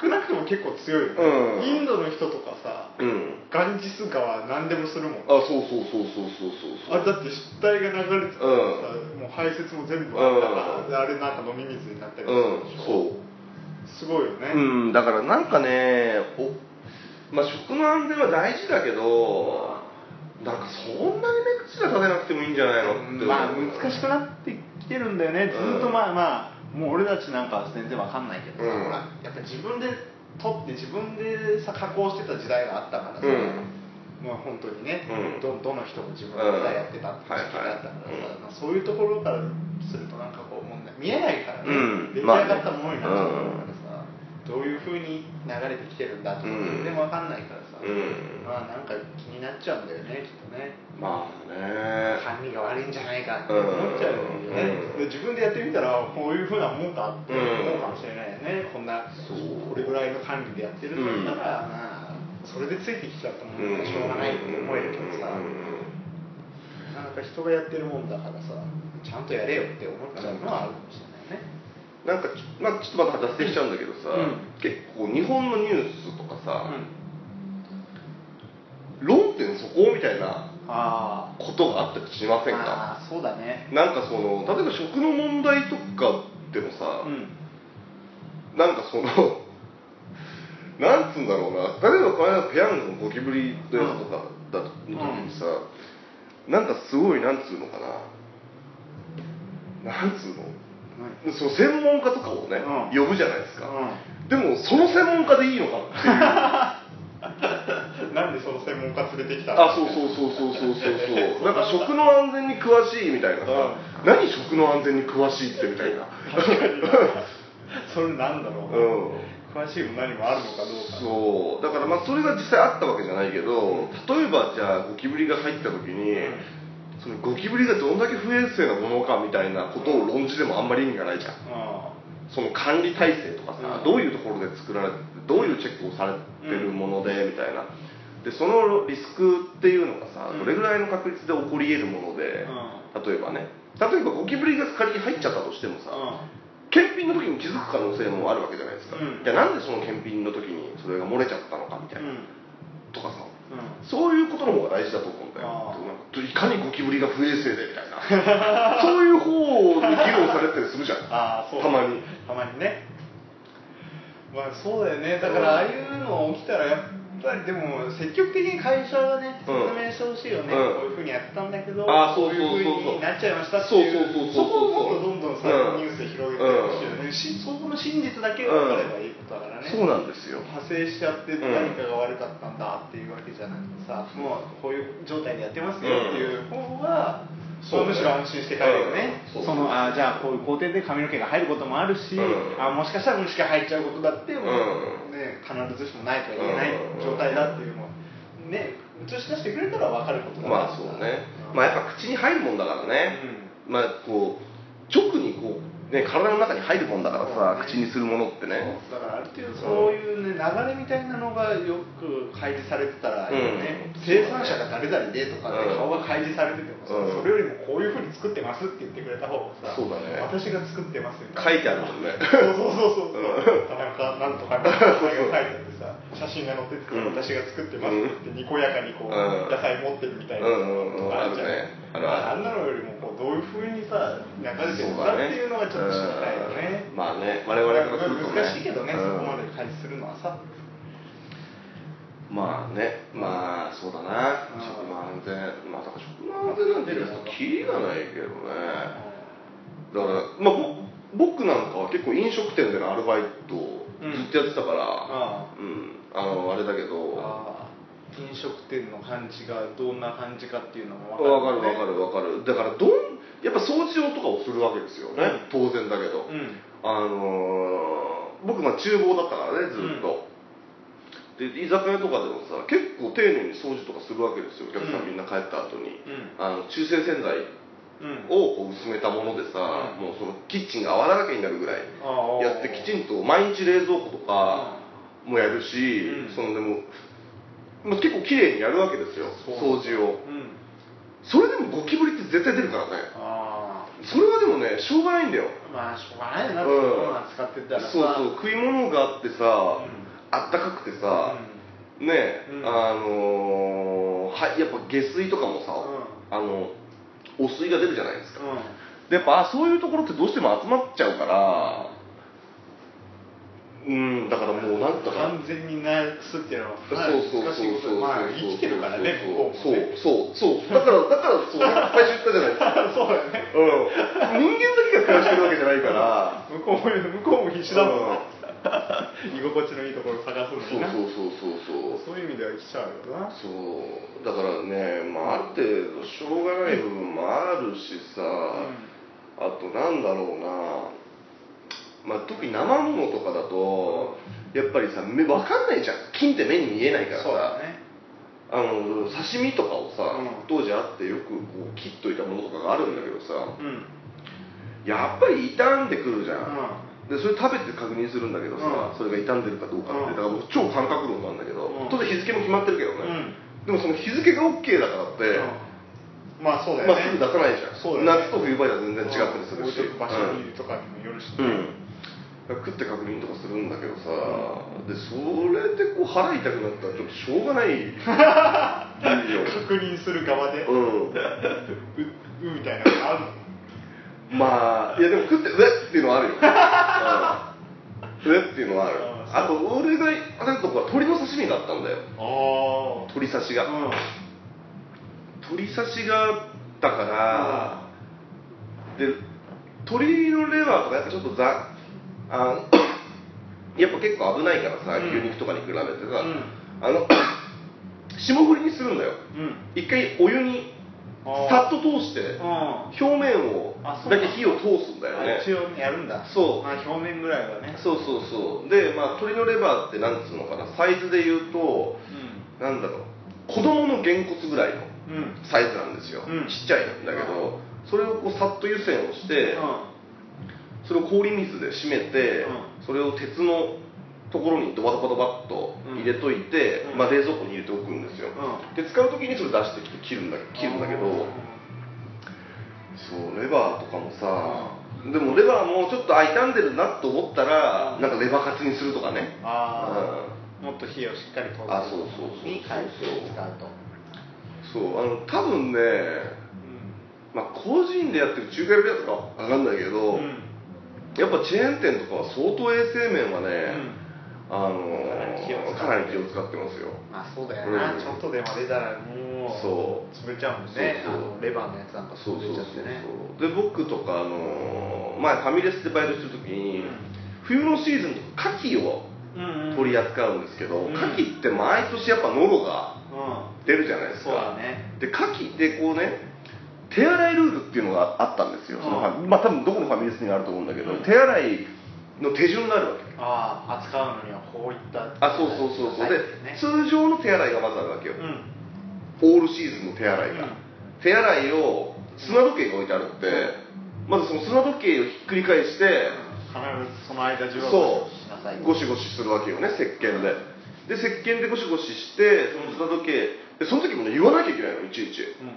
Speaker 1: 少なくとも結構強いよね、
Speaker 2: うん
Speaker 1: インドの人とかさ
Speaker 2: うん
Speaker 1: ガンジス川何でもするもん
Speaker 2: あそうそうそうそうそうそう
Speaker 1: あだって湿体が流れててさ、
Speaker 2: う
Speaker 1: もう排泄も全部あったから、
Speaker 2: うん
Speaker 1: であれなんか飲み水になったり
Speaker 2: う
Speaker 1: す
Speaker 2: ん
Speaker 1: るでしょ、す
Speaker 2: そう
Speaker 1: ごいよね、
Speaker 2: うん、だからなんかね、おまあ、食の安全は大事だけど、なんかそんなに目口が立てなくてもいいんじゃないのって、
Speaker 4: まあ難しくなってきてるんだよねずっとまあまあもう俺たちなんかは全然わかんないけど、
Speaker 2: うん
Speaker 1: ほらやっぱ自分で取って自分でさ加工してた時代があったからさ、まあ本当にね、
Speaker 2: うん
Speaker 1: どどの人も自分でさやってたって時期だったからさ、
Speaker 2: うんはいはい
Speaker 1: まあそういうところからするとなんかこう問題見えないからね、
Speaker 2: うん
Speaker 1: 出来上がったものになっちゃうからさ、どういうふうに流れてきてるんだとか
Speaker 2: うん
Speaker 1: 全然わかんないからさ、
Speaker 2: うん
Speaker 1: まあなんか気になっちゃうんだよねきっとね
Speaker 2: まあね、
Speaker 1: 管理が悪いんじゃないかって思っちゃうよね、
Speaker 2: うん
Speaker 1: で自分でやってみたらこういうふうなもんかって思うかもしれないよね、こんな
Speaker 2: そう
Speaker 1: これぐらいの管理でやってるんだったら、まあそれでついてきちゃったもんだからしょうがないって思えるけどさ、なんか人がやってるもんだからさちゃんとやれよって思っちゃうのはあるかもしれないね
Speaker 2: なんかち,、まあ、ちょっとまた脱線しちゃうんだけど
Speaker 4: う
Speaker 2: さ、
Speaker 4: ん
Speaker 2: 結構、日本のニュースとかさ、論点そこみたいな
Speaker 4: あ
Speaker 2: ことがあったりしませんか、
Speaker 4: あそうだね
Speaker 2: なんかその例えば食の問題とかでもさ、
Speaker 4: うん
Speaker 2: なんかその、 なんつうんだろうな、例えばこの間、ペヤングのゴキブリのやつとかだと、の時にさ、なんかすごい、なんつうのかな、なんつうの、その専門家とかをね、
Speaker 4: う
Speaker 2: 呼ぶじゃないですか、
Speaker 4: うん
Speaker 2: でも、その専門家でいいのかっていう、
Speaker 1: なんでその専門家連れてきたの
Speaker 2: あ、そうそうそうそうそうそうそう、なんか食の安全に詳しいみたいなさ、何、食の安全に詳しいってみたいな。
Speaker 1: それなんだろう、
Speaker 2: うん
Speaker 1: 詳しいも何もあるのかどうか
Speaker 2: そうだからまあそれが実際あったわけじゃないけど例えばじゃあゴキブリが入った時にそのゴキブリがどんだけ不衛生なものかみたいなことを論じてもあんまり意味がないじゃん
Speaker 1: あ
Speaker 2: その管理体制とかさ、
Speaker 1: うん
Speaker 2: どういうところで作られてどういうチェックをされてるもので、みたいなでそのリスクっていうのがさ
Speaker 1: うん
Speaker 2: どれぐらいの確率で起こり得るもので、例えばね例えばゴキブリが仮に入っちゃったとしてもさ、検品の時に気づく可能性もあるわけじゃないですか、
Speaker 1: うん
Speaker 2: じゃあなんでその検品の時にそれが漏れちゃったのかみたいな、とかさそういうことの方が大事だと思うんだよ
Speaker 1: ああ
Speaker 2: なんかいかにゴキブリが不衛生でみたい なそういう方に議論されたりするじゃん
Speaker 1: ああそう
Speaker 2: たまに
Speaker 1: たまにねまあそうだよねだからああいうの起きたらやっぱりでも積極的に会社がね説
Speaker 2: うん
Speaker 1: 明してほしいよね、
Speaker 2: うん
Speaker 1: こういうふうにやったんだけど
Speaker 2: ああ
Speaker 1: こういうふうに
Speaker 2: そうそうそうそう
Speaker 1: なっちゃいましたっていう
Speaker 2: そうそう
Speaker 1: そ
Speaker 2: そうそう
Speaker 1: こをもっとどんどんさ、
Speaker 2: うん
Speaker 1: ニュースで広げてほしいよね、しそこの真実だけ分かればいいことだからね、
Speaker 2: そうなんですよ
Speaker 1: 派生しちゃって何かが悪かったんだっていうわけじゃなくてさ、もうこういう状態でやってますよっていう方が、
Speaker 2: そう
Speaker 1: むしろ安心して帰れるね、
Speaker 2: そう
Speaker 4: そのあじゃあこういう工程で髪の毛が入ることもあるし、
Speaker 2: うん
Speaker 4: あもしかしたら虫が入っちゃうことだって、
Speaker 2: う
Speaker 4: も
Speaker 2: ん
Speaker 1: ね、必ずしもないとは言えない状態だっていうのをね映し出してくれたら分かることだから
Speaker 2: まあそうね、まあやっぱ口に入るもんだからね、まあこう直にこう、ね、体の中に入るもんだからさ、口にするものってね
Speaker 5: だからある程度そういうね流れみたいなのがよく開示されてたらいいよね、
Speaker 1: 生産者が誰々でとかって
Speaker 2: うん
Speaker 1: 顔が開示されててもさ、
Speaker 2: うん
Speaker 1: それよりもこういうふうに作ってますって言ってくれた方がさ
Speaker 2: そうだね
Speaker 1: 私が作ってますみた
Speaker 2: 書
Speaker 1: いない
Speaker 2: てあるもんね
Speaker 1: そうそうそうそう田中なんとかなんとかが書いてあってさ写真が載ってて、
Speaker 2: うん
Speaker 1: 私が作ってますってにこやかにこう、
Speaker 2: うん
Speaker 1: 野菜持ってるみたいな
Speaker 2: うんうんう
Speaker 1: と
Speaker 2: ん
Speaker 1: かあるじゃん、あ
Speaker 2: あるねあるある
Speaker 1: んなのよりもこうどういうふうにさ流れてる
Speaker 2: そ
Speaker 1: のかっていうのがちょっと知りたいよね
Speaker 2: うんまあね我々からするとね
Speaker 1: 難しいけどね、
Speaker 2: うん
Speaker 1: そこまで開示するのはさ
Speaker 2: まあねまあそうだな
Speaker 1: うん
Speaker 2: 食の安全まあだから食の安全なんていうのはキリがないけどねだからまあぼ僕なんかは結構飲食店でのアルバイトをずっとやってたから
Speaker 1: あ
Speaker 2: うんあのあれだけど
Speaker 5: あー飲食店の感じがどんな感じかっていうのも
Speaker 2: わか
Speaker 5: 分
Speaker 2: る
Speaker 5: かる
Speaker 2: わかるわかるだからどんやっぱ掃除用とかをするわけですよね、当然だけど、
Speaker 5: うん
Speaker 2: あのー僕まあ厨房だったからねずっと、で居酒屋とかでもさ結構丁寧に掃除とかするわけですよお客さんみんな帰った後に、あの中性洗剤
Speaker 5: うん
Speaker 2: をこう薄めたものでさ、もうそのキッチンが泡だらけになるぐらい
Speaker 5: あー
Speaker 2: やってきちんと毎日冷蔵庫とかもやるし、
Speaker 5: うん
Speaker 2: そのでも、まあ、結構綺麗にやるわけですよ掃除を
Speaker 5: うん
Speaker 2: それでもゴキブリって絶対出るからね
Speaker 5: あ
Speaker 2: それはでもねしょうがないんだよ
Speaker 5: あまあしょうがないよな
Speaker 2: うん
Speaker 5: こんなの使ってたらさ
Speaker 2: そうそう食い物があってさ、あったかくてさ、ねえ、
Speaker 5: うん
Speaker 2: あのーはいやっぱ下水とかもさ、あの汚水が出るじゃないですか、
Speaker 5: うん
Speaker 2: でやっぱあそういうところってどうしても集まっちゃうからうんだからもうなんとか
Speaker 5: 完全になすっていうのは
Speaker 2: そう
Speaker 5: かなり
Speaker 2: そうそう
Speaker 5: 難
Speaker 2: そ
Speaker 5: しいうことまあ生きてるからねここ
Speaker 2: そ
Speaker 5: も
Speaker 2: う
Speaker 5: ね
Speaker 2: そうそうだからだからそう最初言ったじゃないです か
Speaker 1: そうだよね
Speaker 2: うん人間だけが暮らしてるわけじゃないから
Speaker 1: 向こうも向こうも必死だもん、
Speaker 2: うん
Speaker 1: 居心地のいいところ探すの
Speaker 2: そう
Speaker 1: にな
Speaker 2: そうそうそうそう
Speaker 1: そういう意味では来ちゃうよな
Speaker 2: そうだからね、まあ、ある程度しょうがない部分もあるしさ、あとなんだろうな、まあ、特に生ものとかだとやっぱりさ目分かんないじゃん金って目に見えないからさ、
Speaker 1: そうだね
Speaker 2: あの刺身とかをさ、
Speaker 1: うん
Speaker 2: 当時あってよくこう切っといたものとかがあるんだけどさ
Speaker 1: うん
Speaker 2: やっぱり傷んでくるじゃん、
Speaker 1: う
Speaker 2: でそれ食べて確認するんだけどさ、
Speaker 1: うん
Speaker 2: それが傷んでるかどうかっ
Speaker 1: うん
Speaker 2: て、だから僕超感覚論なんだけど、
Speaker 1: うん
Speaker 2: 当然日付も決まってるけどね、
Speaker 1: うん
Speaker 2: でもその日付が OK だからって、
Speaker 1: うんまあそうだよね
Speaker 2: まあ、すぐ出さないじゃん、
Speaker 1: そうだよね
Speaker 2: 夏と冬場じゃ全然違ったりするし、
Speaker 1: 置いとく場所にいるとかにもよるし、
Speaker 2: うんうん食って確認とかするんだけどさ、でそれでこう腹痛くなったらちょっとしょうが ないいいよ
Speaker 1: 確認する側で、う
Speaker 2: う
Speaker 1: うみたいなのがあるの
Speaker 2: んまあいやでも食ってうえっっていうのはあるよ、うん、うえっっていうのはある
Speaker 1: あ
Speaker 2: あと俺があるとこは鳥の刺身があったんだよ
Speaker 1: あ
Speaker 2: 鳥刺しが、
Speaker 1: あ
Speaker 2: 鳥刺しがあったから、で鳥のレバーとかやっぱちょっとざあ やっぱ結構危ないからさ、
Speaker 1: うん
Speaker 2: 牛肉とかに比べてさ、
Speaker 1: ん
Speaker 2: あの 霜降りにするんだよ
Speaker 1: うんうん
Speaker 2: 一回お湯に
Speaker 1: あー
Speaker 2: さっと通して
Speaker 1: あ
Speaker 2: 表面を
Speaker 1: あそうな
Speaker 2: だ
Speaker 1: んだ
Speaker 2: け火を通すんだよね
Speaker 1: 一応やるんだ
Speaker 2: そう
Speaker 1: まあ表面ぐらいはね
Speaker 2: そうそうそうでまあ鶏のレバーってなんつうのかなサイズで言うとなんだろう子供のげんこつぐらいの
Speaker 1: うんうん
Speaker 2: サイズなんですよ、
Speaker 1: うん
Speaker 2: ちっちゃいんだけどそれをこうさっと湯煎をして、
Speaker 1: う
Speaker 2: それを氷水で締めて、
Speaker 1: う
Speaker 2: それを鉄のところにドバドバドバっと入れといて、
Speaker 1: うん
Speaker 2: まあ、冷蔵庫に入れておくんですよ、
Speaker 1: う
Speaker 2: で使う時にそれ出してきて切るんだ切るんだけどそうレバーとかもさ、でもレバーもちょっとあ傷んでるなと思ったら、
Speaker 1: うん
Speaker 2: なんかレバーカツにするとかね
Speaker 1: あ
Speaker 2: うん
Speaker 1: あもっと火をしっかり通す
Speaker 2: あそうそうそう
Speaker 1: に回収を使うと
Speaker 2: そうあの多分ね、まあ、個人でやってる中華料理屋とかは分かんないけど、
Speaker 1: うん
Speaker 2: やっぱチェーン店とかは相当衛生面はね、
Speaker 1: う
Speaker 2: あの
Speaker 1: ん
Speaker 2: かなり気を使ってますよ
Speaker 1: まあそうだよな、
Speaker 2: うん
Speaker 1: ちょっとでも出たらもう
Speaker 2: そう
Speaker 1: 潰れちゃうもんね
Speaker 2: そうそう
Speaker 1: あのレバーのやつなんか
Speaker 2: そう
Speaker 1: 潰れち
Speaker 2: そうそ
Speaker 1: ゃっ
Speaker 2: う
Speaker 1: てね
Speaker 2: そうで僕とかあの前ファミレスでバイトしてる時に、冬のシーズンとか牡蠣を
Speaker 1: うんうん
Speaker 2: 取り扱うんですけど
Speaker 1: うん
Speaker 2: 牡蠣って毎年やっぱノロが
Speaker 1: う
Speaker 2: 出るじゃないで
Speaker 1: ん
Speaker 2: す
Speaker 1: そうだ
Speaker 2: か
Speaker 1: ね
Speaker 2: で牡蠣ってこうね手洗いルールっていうのがあったんですよ、その
Speaker 1: う
Speaker 2: まあ多分どこのファミレスにもあると思うんだけど、手洗いの手順があるわけ
Speaker 6: ああ扱うのにはこういった
Speaker 2: あそうそうそうそうで
Speaker 6: ね
Speaker 2: 通常の手洗いがまずあるわけよ、
Speaker 6: うん
Speaker 2: オールシーズンの手洗いが、
Speaker 6: うん
Speaker 2: 手洗いを砂時計が置いてあるって、まずその砂時計をひっくり返して、
Speaker 1: 必ずその間中は
Speaker 2: そ
Speaker 6: しなさいう
Speaker 2: ゴシゴシするわけよね石鹸でで石鹸でゴシゴシしてその砂時計でその時もね言わなきゃいけないのいちいち
Speaker 1: うん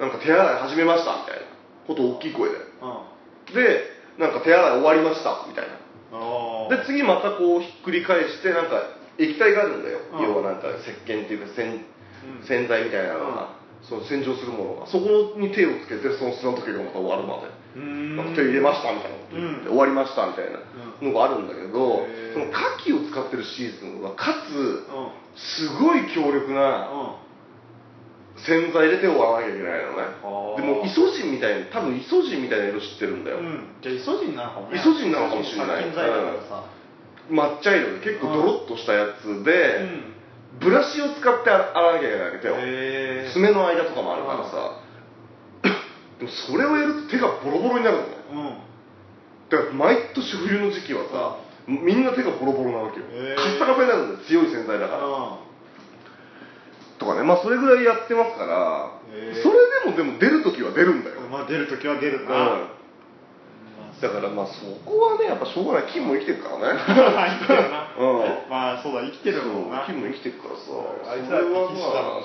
Speaker 2: なんか手洗い始めましたみたいなことを大きい声で
Speaker 1: うん
Speaker 2: でなんか手洗い終わりましたみたいな
Speaker 1: あ
Speaker 2: で次またこうひっくり返してなんか液体があるんだよ、
Speaker 1: うん
Speaker 2: 要はなんか石鹸っていうか洗
Speaker 1: うん
Speaker 2: 洗剤みたいなのが、その洗浄するものがそこに手をつけてその砂時計がまた終わるまで、
Speaker 1: うーん
Speaker 2: なんか手入れましたみたいなこと言っ
Speaker 1: う
Speaker 2: て、
Speaker 1: ん
Speaker 2: 終わりましたみたいなのがあるんだけど、
Speaker 1: へー
Speaker 2: その牡蠣を使ってるシーズンはかつ
Speaker 1: うんうん
Speaker 2: すごい強力な洗剤で手を洗わなきゃいけないのね
Speaker 1: はあ
Speaker 2: でもイソジンみたいな多分イソジンみたいな色知ってるんだよ、
Speaker 1: うんじゃあイソジンなのかもね
Speaker 2: イソジンなのかもしれない
Speaker 1: 殺菌剤だからさ
Speaker 2: 抹茶色で結構ドロッとしたやつで、
Speaker 1: うん
Speaker 2: ブラシを使って洗わなきゃいけないわけ手を
Speaker 1: へえ
Speaker 2: 爪の間とかもあるからさでもそれをやると手がボロボロになるのね
Speaker 1: うん
Speaker 2: だから毎年冬の時期はさみんな手がボロボロなわけよ
Speaker 1: へー
Speaker 2: カッサカサになるんだよ強い洗剤だから
Speaker 1: う
Speaker 2: とかねまあそれぐらいやってますから
Speaker 1: へー
Speaker 2: それでもでも出る時は出るんだよ
Speaker 1: んまあ出るときは出
Speaker 2: う
Speaker 1: る
Speaker 2: ん
Speaker 1: な、
Speaker 2: だからまあそこはねやっぱしょうがない金も生きてるからね
Speaker 1: 生きてるな、
Speaker 2: うん
Speaker 1: まあそうだ生きてるもんな
Speaker 2: 金も生きてるからさ
Speaker 1: あいつ
Speaker 2: それ
Speaker 1: ら
Speaker 2: はま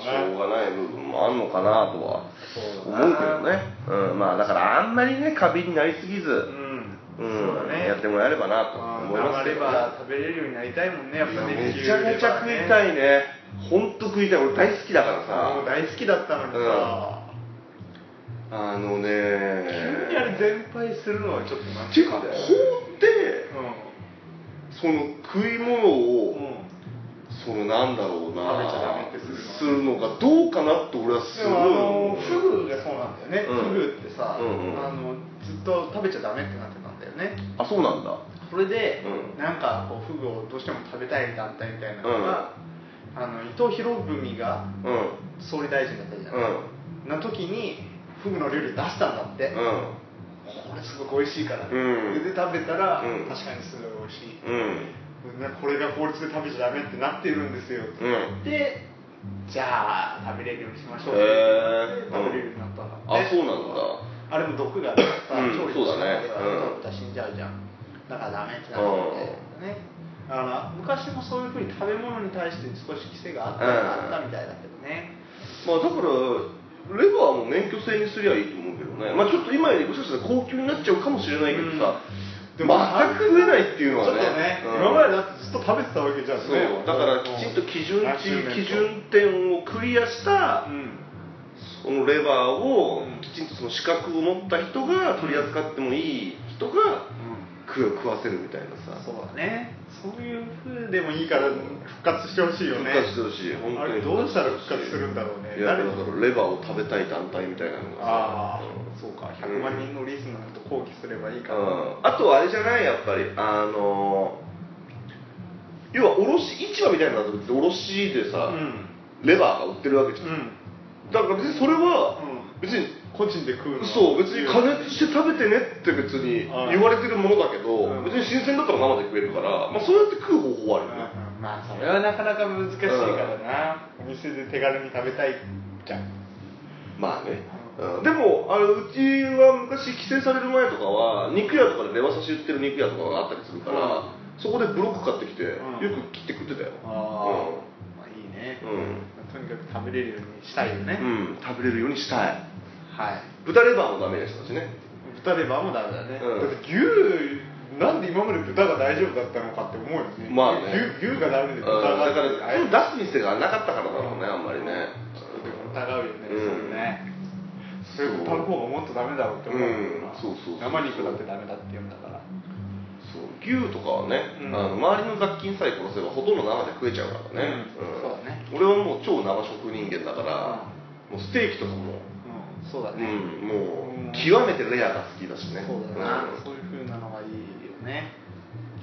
Speaker 1: 生き死だもんな
Speaker 2: あしょうがない部分もあんのかなとは思うけどねうんまあだからあんまりね過敏になりすぎ
Speaker 1: う
Speaker 2: ず、
Speaker 1: ん
Speaker 2: うん
Speaker 6: そうだね
Speaker 2: やってもらえればなと
Speaker 6: あ
Speaker 2: 思い
Speaker 6: ー
Speaker 2: ま
Speaker 6: 頑張
Speaker 2: すけ
Speaker 6: れ
Speaker 2: ど、
Speaker 6: ば食べれるようになりたいもんねやっぱね
Speaker 2: めちゃめちゃ食い
Speaker 6: い
Speaker 2: たいね本当食いたい俺大好きだから
Speaker 6: もう
Speaker 2: さ
Speaker 6: 大好きだったのにさ、
Speaker 2: あのね
Speaker 6: 急にあれ全廃するのはちょっとなん
Speaker 2: っていうか法ってその食い物を、
Speaker 1: うんうん
Speaker 2: そのなんだろうな
Speaker 1: 食べちゃダメってするの
Speaker 2: するのがどうかなって俺はす
Speaker 6: で
Speaker 2: ごい
Speaker 6: もあの
Speaker 2: 思う
Speaker 6: フグがそうなんだよね、
Speaker 2: う
Speaker 6: フ
Speaker 2: ん
Speaker 6: グってさ、
Speaker 2: うんうん
Speaker 6: あのずっと食べちゃダメってなってたんだよね
Speaker 2: あそうなんだ
Speaker 6: それで、
Speaker 2: うん
Speaker 6: なんかこうフグをどうしても食べたい団体みたいなのが、あの伊藤博文が
Speaker 2: うん
Speaker 6: 総理大臣だったじゃ
Speaker 2: うん
Speaker 6: ない、な時にフグの料理出したんだって、こ
Speaker 2: うん
Speaker 6: れすごく美味しいから、
Speaker 2: うん
Speaker 6: で食べたら、
Speaker 2: うん
Speaker 6: 確かにすごい美味しい、
Speaker 2: うん
Speaker 6: なこれが法律で食べちゃダメってなってるんですよ、
Speaker 2: うん
Speaker 6: でじゃあ食べれるようにしましょう
Speaker 2: へー
Speaker 6: 食べれるようになったんだって
Speaker 2: あそうなんだ
Speaker 6: あれも毒があるからさ、
Speaker 2: うん
Speaker 6: 調理しながら
Speaker 2: そう
Speaker 6: 食
Speaker 2: だねうん
Speaker 6: べたら死んじゃうじゃんだからダメってなってねあの昔もそういうふうに食べ物に対して少し規制があったあっ
Speaker 2: うん
Speaker 6: たみたいだけどね
Speaker 2: まあだからレバーも免許制にすりゃいいと思うけどねまあちょっと今よりもしかしたら高級になっちゃうかもしれないけどさ、
Speaker 6: でも
Speaker 2: 全く食えないっていう
Speaker 6: ちょっ
Speaker 2: のは
Speaker 6: とね、
Speaker 2: ねうん
Speaker 6: 今までだってずっと食べてたわけじゃん
Speaker 2: そうだからきちんと基準
Speaker 6: うん
Speaker 2: 値基準点をクリアした
Speaker 1: うん
Speaker 2: そのレバーを
Speaker 1: うん
Speaker 2: きちんとその資格を持った人が取り扱ってもいい人が食う食わせるみたいなさ
Speaker 6: そうだね
Speaker 1: そういうふうでもいいから復活してほしいよ
Speaker 2: 復
Speaker 1: ね
Speaker 2: 活してほしい本当
Speaker 1: あれ
Speaker 2: に
Speaker 1: どうしたら復活するんだろうね
Speaker 2: いやだか
Speaker 1: 誰
Speaker 2: らレバーを食べたい団体みたいなのがさ
Speaker 1: ああ
Speaker 2: うん
Speaker 1: そうか
Speaker 2: うん
Speaker 1: 100万人のリスナーと抗議すればいいから、
Speaker 2: うんあとはあれじゃないやっぱりあの要は卸市場みたいなのだと別に卸でさ、
Speaker 1: うん
Speaker 2: レバーが売ってるわけじゃん、
Speaker 1: うん
Speaker 2: だから別にそれは別に、
Speaker 1: 個人で食うの
Speaker 2: そう別に加熱して食べてねって別に
Speaker 1: うん
Speaker 2: 言われてるものだけど、
Speaker 1: うん
Speaker 2: 別に新鮮だったら生で食えるから、まあ、そうやって食う方法はあるよね、
Speaker 1: う
Speaker 6: まあそれはなかなか難しいからな、お店で手軽に食べたいじゃん
Speaker 2: まあね、うんでもあのうちは昔規制される前とかは肉屋とかでレバ刺し売ってる肉屋とかがあったりするから、
Speaker 1: うん
Speaker 2: そこでブロック買ってきて、
Speaker 1: うん
Speaker 2: よく切って食ってたよ
Speaker 1: あ
Speaker 6: まあいいね、
Speaker 2: うん、
Speaker 6: とにかく食べれるようにしたいよね、
Speaker 2: うん、食べれるようにしたい
Speaker 6: はい
Speaker 2: 豚レバーもダメでしたしね
Speaker 6: 豚レバーもダメだね、
Speaker 1: だ
Speaker 2: うん
Speaker 1: って牛なんで今まで豚が大丈夫だったのかって思うよね
Speaker 2: まあね
Speaker 1: 牛牛がダメ
Speaker 2: う
Speaker 1: で
Speaker 2: んだ
Speaker 1: 豚が
Speaker 2: から
Speaker 1: ってあれちょっ
Speaker 2: その出す店がなかったからだろうねあんまりね
Speaker 1: と疑うよね、
Speaker 2: うん
Speaker 1: それねそれ豚の方がもっとダメだろうって思うよな、
Speaker 2: うんそうそうそう
Speaker 1: 生肉だってダメだって言うんだから
Speaker 2: そう牛とかはね、
Speaker 1: うん
Speaker 2: あの周りの雑菌さえ殺せばほとんど生で食えちゃうからね、
Speaker 1: うん
Speaker 2: ん
Speaker 6: そうだね
Speaker 2: 俺はもう超生食人間だから、もうステーキとかも、
Speaker 6: そうだ
Speaker 2: う
Speaker 6: ね、
Speaker 2: ん、も
Speaker 1: うん
Speaker 2: う極めてレアが好きだしね
Speaker 6: そうだな、
Speaker 2: うん
Speaker 6: そういう風なのがいいよね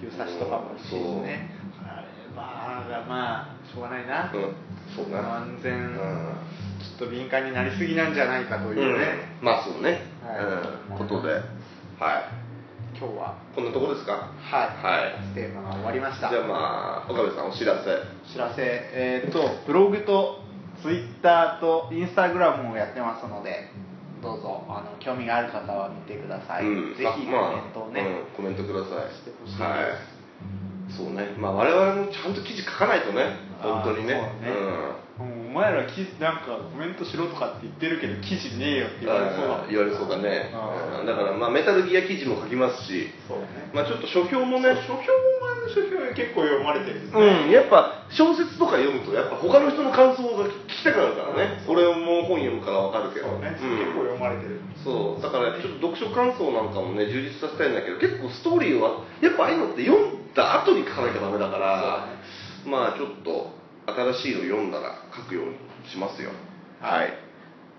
Speaker 6: 牛刺しとかも美味しいしねあれバーがまあしょうがないな、
Speaker 2: うんそうだな
Speaker 6: 安全、
Speaker 2: うん
Speaker 6: ちょっと敏感になりすぎなんじゃないかというね、
Speaker 2: うんまあそうね、
Speaker 6: はい
Speaker 2: うんことではい
Speaker 3: 今日は
Speaker 2: こんなとこですか
Speaker 3: はい、
Speaker 2: は
Speaker 3: ス
Speaker 2: い
Speaker 3: テーマが終わりまし
Speaker 2: じゃ
Speaker 3: た
Speaker 2: あまあ岡部さんお知らせ
Speaker 6: 知らせ、えーっとブログとツイッターとインスタグラムをやってますのでどうぞあの興味がある方は見てください、
Speaker 2: うん
Speaker 6: ぜひコメン
Speaker 2: まあ
Speaker 6: トをね、
Speaker 2: うんコメントください
Speaker 6: してほしいです
Speaker 2: はいそうねまあ我々もちゃんと記事書かないとね
Speaker 6: あー
Speaker 2: 本当にね
Speaker 6: そうね
Speaker 1: お前らきなんかコメントしろとかって言ってるけど記事ねえよって
Speaker 2: うん
Speaker 1: 言われそうだ
Speaker 2: あ
Speaker 1: あー
Speaker 2: ー言われそうだねうんだからまあメタルギア記事も書きますし
Speaker 1: そうね
Speaker 2: まあちょっと書評もね
Speaker 1: 書評版の書評は結構読まれてるんですね、
Speaker 2: うん、やっぱ小説とか読むとやっぱ他の人の感想が聞きたくなるからね俺も本読むからわかるけど
Speaker 1: そうね、
Speaker 2: ん
Speaker 1: 結構読まれてる
Speaker 2: そうだからちょっと読書感想なんかもね充実させたいんだけど結構ストーリーはやっぱああいうのって読んだ後に書かなきゃダメだから、まあちょっと新しいの読んだら書くようにしますよはい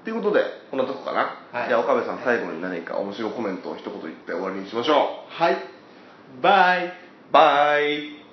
Speaker 2: ということでこんなとこかな、
Speaker 6: はい
Speaker 2: じゃあ岡部さん最後に何か面白いコメントを一言言って終わりにしましょ
Speaker 6: はいバイ
Speaker 2: うバイ